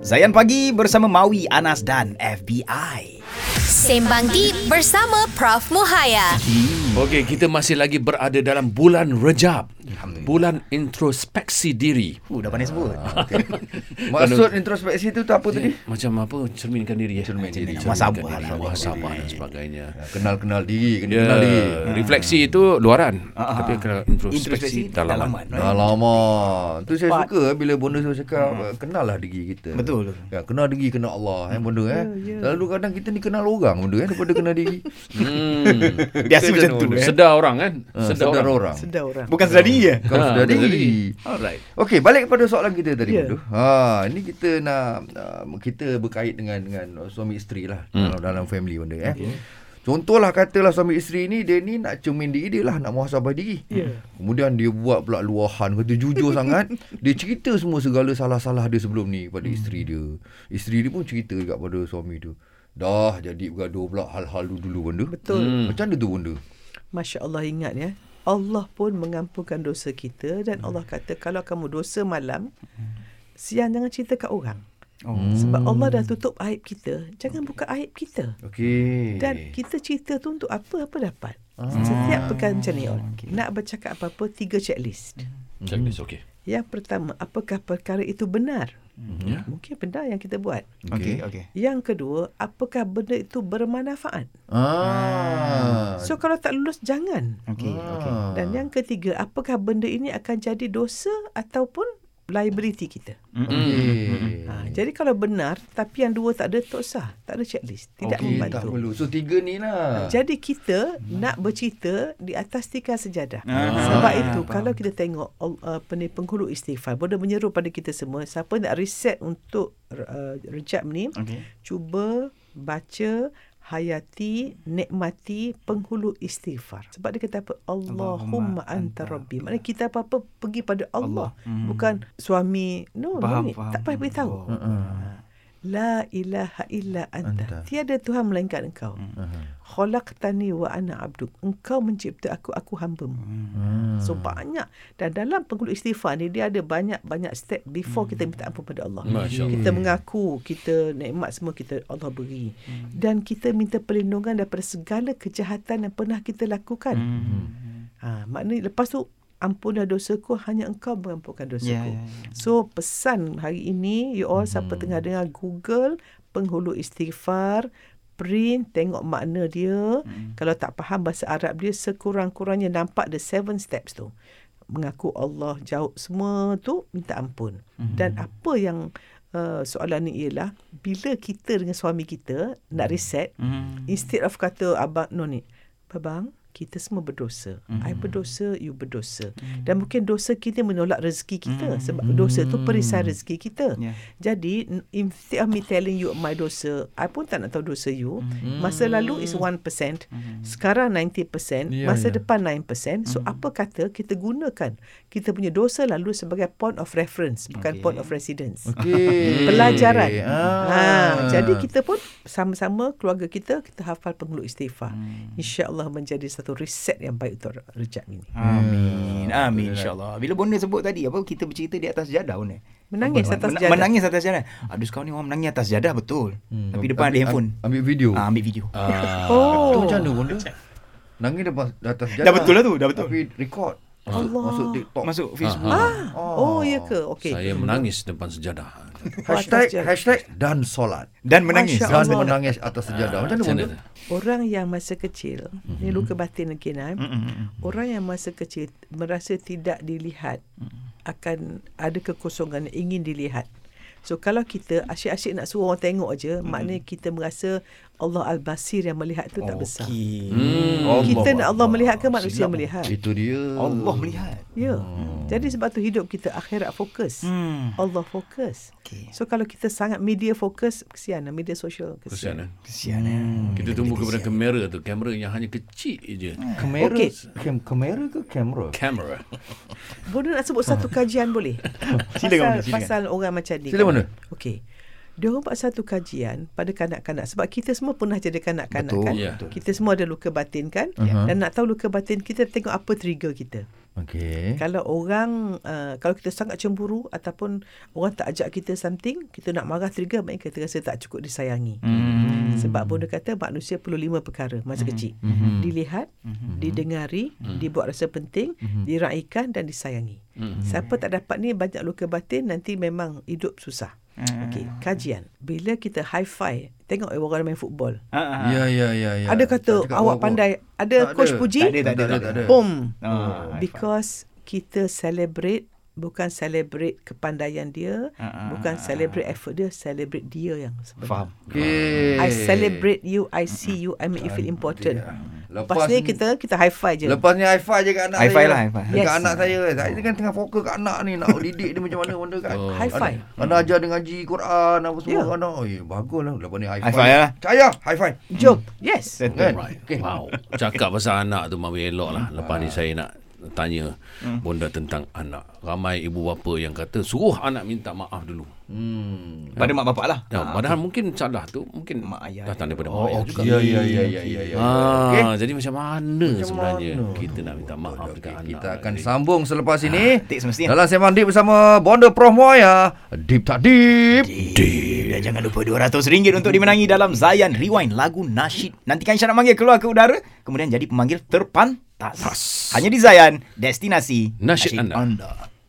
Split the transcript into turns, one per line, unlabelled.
Zayan Pagi bersama Maui, Anas dan FBI.
Sembang Deep bersama Prof Muhaya.
Okey, kita masih lagi berada dalam bulan Rejab. Bulan introspeksi diri.
Uh, dah pandai sebut.
Maksud introspeksi tu, tu apa tadi?
eh, Macam apa? Cerminkan diri. eh? Cermin
diri.
Muhasabah lah.
Muhasabah dan sebagainya.
Ya, Kenal-kenal diri,
Ya,
kenal-kenal diri.
refleksi itu luaran. Tapi kalau
Introspeksi
introspeksi
dalaman.
dalaman.
Alamak Tu saya suka eh, bila bonda saya cakap hmm. Kenallah diri kita
Betul.
ya, Kenal diri kenal Allah eh, bonda eh. Selalu kadang kita ni kenal orang bonda eh, Daripada kenal diri
Hmm.
Biasa
Kita
macam tu.
dulu,
eh.
Sedar orang kan?
ha, Sedar orang, orang.
Sedar orang.
Bukan sedar diri ya?
Kau
Ha,
sedar
sedar
diri
Alright.
Okey, balik kepada soalan kita tadi
Ya.
yeah. Ha, ini kita nak uh, kita berkait dengan dengan suami isteri lah hmm. dalam dalam family benda eh. Okay. Contohlah katalah suami isteri ni dia ni nak cermin diri dia lah, nak muhasabah diri.
Ya.
Kemudian dia buat pula luahan, kata jujur sangat, dia cerita semua segala salah-salah dia sebelum ni pada hmm. isteri dia. Isteri dia pun cerita juga pada suami dia. Dah jadi bergaduh pula hal-hal dulu-dulu benda.
Betul.
Hmm. Macam mana tu benda?
Masya Allah ingat ya. Allah pun mengampunkan dosa kita dan Allah kata kalau kamu dosa malam, siang jangan cerita kat orang.
Oh.
Sebab Allah dah tutup aib kita. Jangan buka aib kita.
Okey. Hmm.
Dan kita cerita tu untuk apa apa dapat.
Ah.
Setiap pekan macam ni orang. Nak bercakap apa-apa tiga checklist.
Check this, okay.
Yang pertama, apakah perkara itu benar?
Ya.
Mungkin benar yang kita buat.
Okay, okay.
Yang kedua, apakah benda itu bermanfaat?
Ah.
So kalau tak lulus jangan.
Okay, okay.
Ah.
Dan yang ketiga, apakah benda ini akan jadi dosa ataupun liability kita?
Okey.
Ha, jadi kalau benar tapi yang dua tak ada, tak usah. Tak ada checklist. Tidak
Okey, Tak
membantu. Ah,
perlu. So tiga ni lah.
Jadi kita nak bercerita di atas tikar sejadah. Sebab itu kalau kita tengok uh, peni- penghulu istighfar, benda menyeru pada kita semua, siapa nak reset untuk uh, rejab ni,
Okay.
cuba baca hayati nikmati penghulu istighfar sebab dia kata apa Allahumma anta rabbi maknanya kita apa-apa pergi pada Allah, Hmm. bukan suami no
Faham,
no need.
faham.
Oh, tak payah beritahu
Ah,
Oh.
la ilaha illa anta, Hmm. tiada tuhan melainkan engkau khalaqtani wa ana abduk engkau mencipta aku aku hambamu so banyak dan dalam penghulu istighfar ni dia ada banyak-banyak step before kita minta ampun pada Allah
Masya Allah.
kita mengaku kita nikmat semua kita Allah beri hmm. dan kita minta perlindungan daripada segala kejahatan yang pernah kita lakukan hmm. ha, maknanya lepas tu ampunlah dosaku hanya engkau mengampunkan dosaku
Ya, ya, ya.
so pesan hari ini you all hmm. siapa tengah dengar google penghulu istighfar print tengok makna dia hmm. kalau tak faham bahasa Arab dia sekurang-kurangnya nampak the seven steps tu mengaku Allah jauh semua tu minta ampun hmm. dan apa yang uh, soalan ni ialah bila kita dengan suami kita nak reset
Hmm.
instead of kata abang no ni babang kita semua berdosa mm. I berdosa you berdosa mm. dan mungkin dosa kita menolak rezeki kita mm. sebab dosa tu perisai rezeki kita
Yeah.
jadi n- instead of me telling you my dosa I pun tak nak tahu dosa you mm. masa lalu is 1% mm. sekarang 90% yeah, masa yeah. depan 9% so apa kata kita gunakan kita punya dosa lalu sebagai point of reference bukan point of residence
Okey.
pelajaran.
Ah.
Ha, jadi kita pun sama-sama keluarga kita kita hafal pengeluk istighfar. Hmm. Insya-Allah menjadi satu reset yang baik untuk rejab ini.
Ah. Amin. Amin insyaAllah. Bila Bonda sebut tadi, apa kita bercerita di atas jadah Bonda?
Menangis
Apa-
atas
mena-
jadah.
Menangis atas jadah. Aduh sekarang ni orang menangis atas jadah betul. Hmm. Tapi depan ada handphone.
Ambil video.
Ah, ambil video.
Tu
Oh.
macam mana benda? Nangis depan atas jalan.
Dah betul lah tu, dah betul.
Tapi record. Masuk,
Allah.
masuk TikTok. Masuk.
Masuk Facebook.
Ah, oh, ya ke? Okey.
Saya menangis depan sejadah.
Hashtag,
Atas jalan.
hashtag dan solat.
Dan menangis.
Masya
Dan
Allah.
menangis atas sejadah. Macam mana
Ah, Macam
benda?
mana?
Orang yang masa kecil, mm-hmm. ni luka batin lagi nah. Mm-hmm. Orang yang masa kecil merasa tidak dilihat mm-hmm. akan ada kekosongan yang ingin dilihat. So kalau kita asyik-asyik nak suruh orang tengok aje, mm-hmm. maknanya kita merasa Allah Al-Basir yang melihat tu tak ah. besar.
Okey. Hmm.
Kita
Allah
nak Allah melihat ke manusia melihat?
Itu dia.
Allah melihat.
Ya. Jadi sebab tu hidup kita akhirat fokus.
Hmm.
Allah fokus.
Okey.
So kalau kita sangat media fokus, kesian lah. media sosial
Kesian
kesian.
eh?
Kesian eh.
Kita tumbuh kepada kamera tu. Kamera yang hanya kecil je.
Hmm.
Kamera.
Okey.
Kam- kamera ke kamera?
Kamera.
Bodoh nak sebut satu kajian boleh?
Silakan,
pasal,
Bodoh, silakan.
pasal orang macam ni. kan?
Sila, Bodoh.
Okey. Dia orang buat satu kajian pada kanak-kanak sebab kita semua pernah jadi kanak-kanak
Betul,
kan.
ya.
Kita semua ada luka batin kan uh-huh. dan nak tahu luka batin kita tengok apa trigger kita.
Okey.
Kalau orang uh, kalau kita sangat cemburu ataupun orang tak ajak kita something, kita nak marah trigger baik kita rasa tak cukup disayangi. Hmm. Sebab pun dia kata manusia perlu lima perkara masa hmm. kecil. Hmm. Dilihat, hmm. didengari, hmm. dibuat rasa penting, hmm. diraikan dan disayangi. Hmm. Siapa tak dapat ni banyak luka batin nanti memang hidup susah. Hmm. Okey, kajian. Bila kita hi-fi, tengok orang main football.
Ha, ha, ha.
Ya ya ya ya.
Ada kata
Tak cakap
awak
apa-apa.
pandai, ada Oh.
Tak
coach
ada.
puji.
Tak ada, tak ada, tak ada.
Boom.
Ah, high five.
Because kita celebrate bukan celebrate kepandaian dia,
Ah,
bukan celebrate effort dia, celebrate dia yang sebenar.
Faham.
Okey.
I celebrate you, I see you, I make you feel important.
Lepas
Lepas ni
ni-
kita kita high five je.
Lepas ni high five je kat anak
High
saya.
five lah, high five.
Dekat
Yes.
anak saya. Saya kan tengah fokus kat anak ni. Nak didik dia macam mana benda kan.
Oh. High five.
Anak, anak ajar dia ngaji Quran apa semua.
Ya.
Yeah. Anak, oh, ya, bagus lah. Lepas ni high
High
five.
five lah.
Cahaya, high five.
Jom. Yes.
Settle.
Kan?
Right.
Okay.
Wow. Cakap pasal anak tu mami elok lah. Lepas ni saya nak tanya bonda tentang anak. Ramai ibu bapa yang kata suruh anak minta maaf dulu.
Hmm.
Pada mak bapak lah.
Ya,
Ah,
padahal mungkin salah tu mungkin
Mak ayah.
datang daripada mak
Oh,
ayah juga.
okey. Ya, ya, ya, ya, ya. ya.
Ah,
Okey.
okay. jadi macam mana
Macam
macam sebenarnya
mana?
mana? kita nak minta maaf dekat anak.
Kita akan sambung selepas ini.
Dik semestinya.
Dalam sembang Deep bersama Bonda Prof Moya. Deep tak deep.
Deep. Dan Ya, jangan lupa RM200 untuk dimenangi dalam Zayan Rewind lagu nasyid. Nantikan syarat manggil keluar ke udara, kemudian jadi pemanggil terpantas. Hanya di Zayan, destinasi
Nasyid anda.
anda.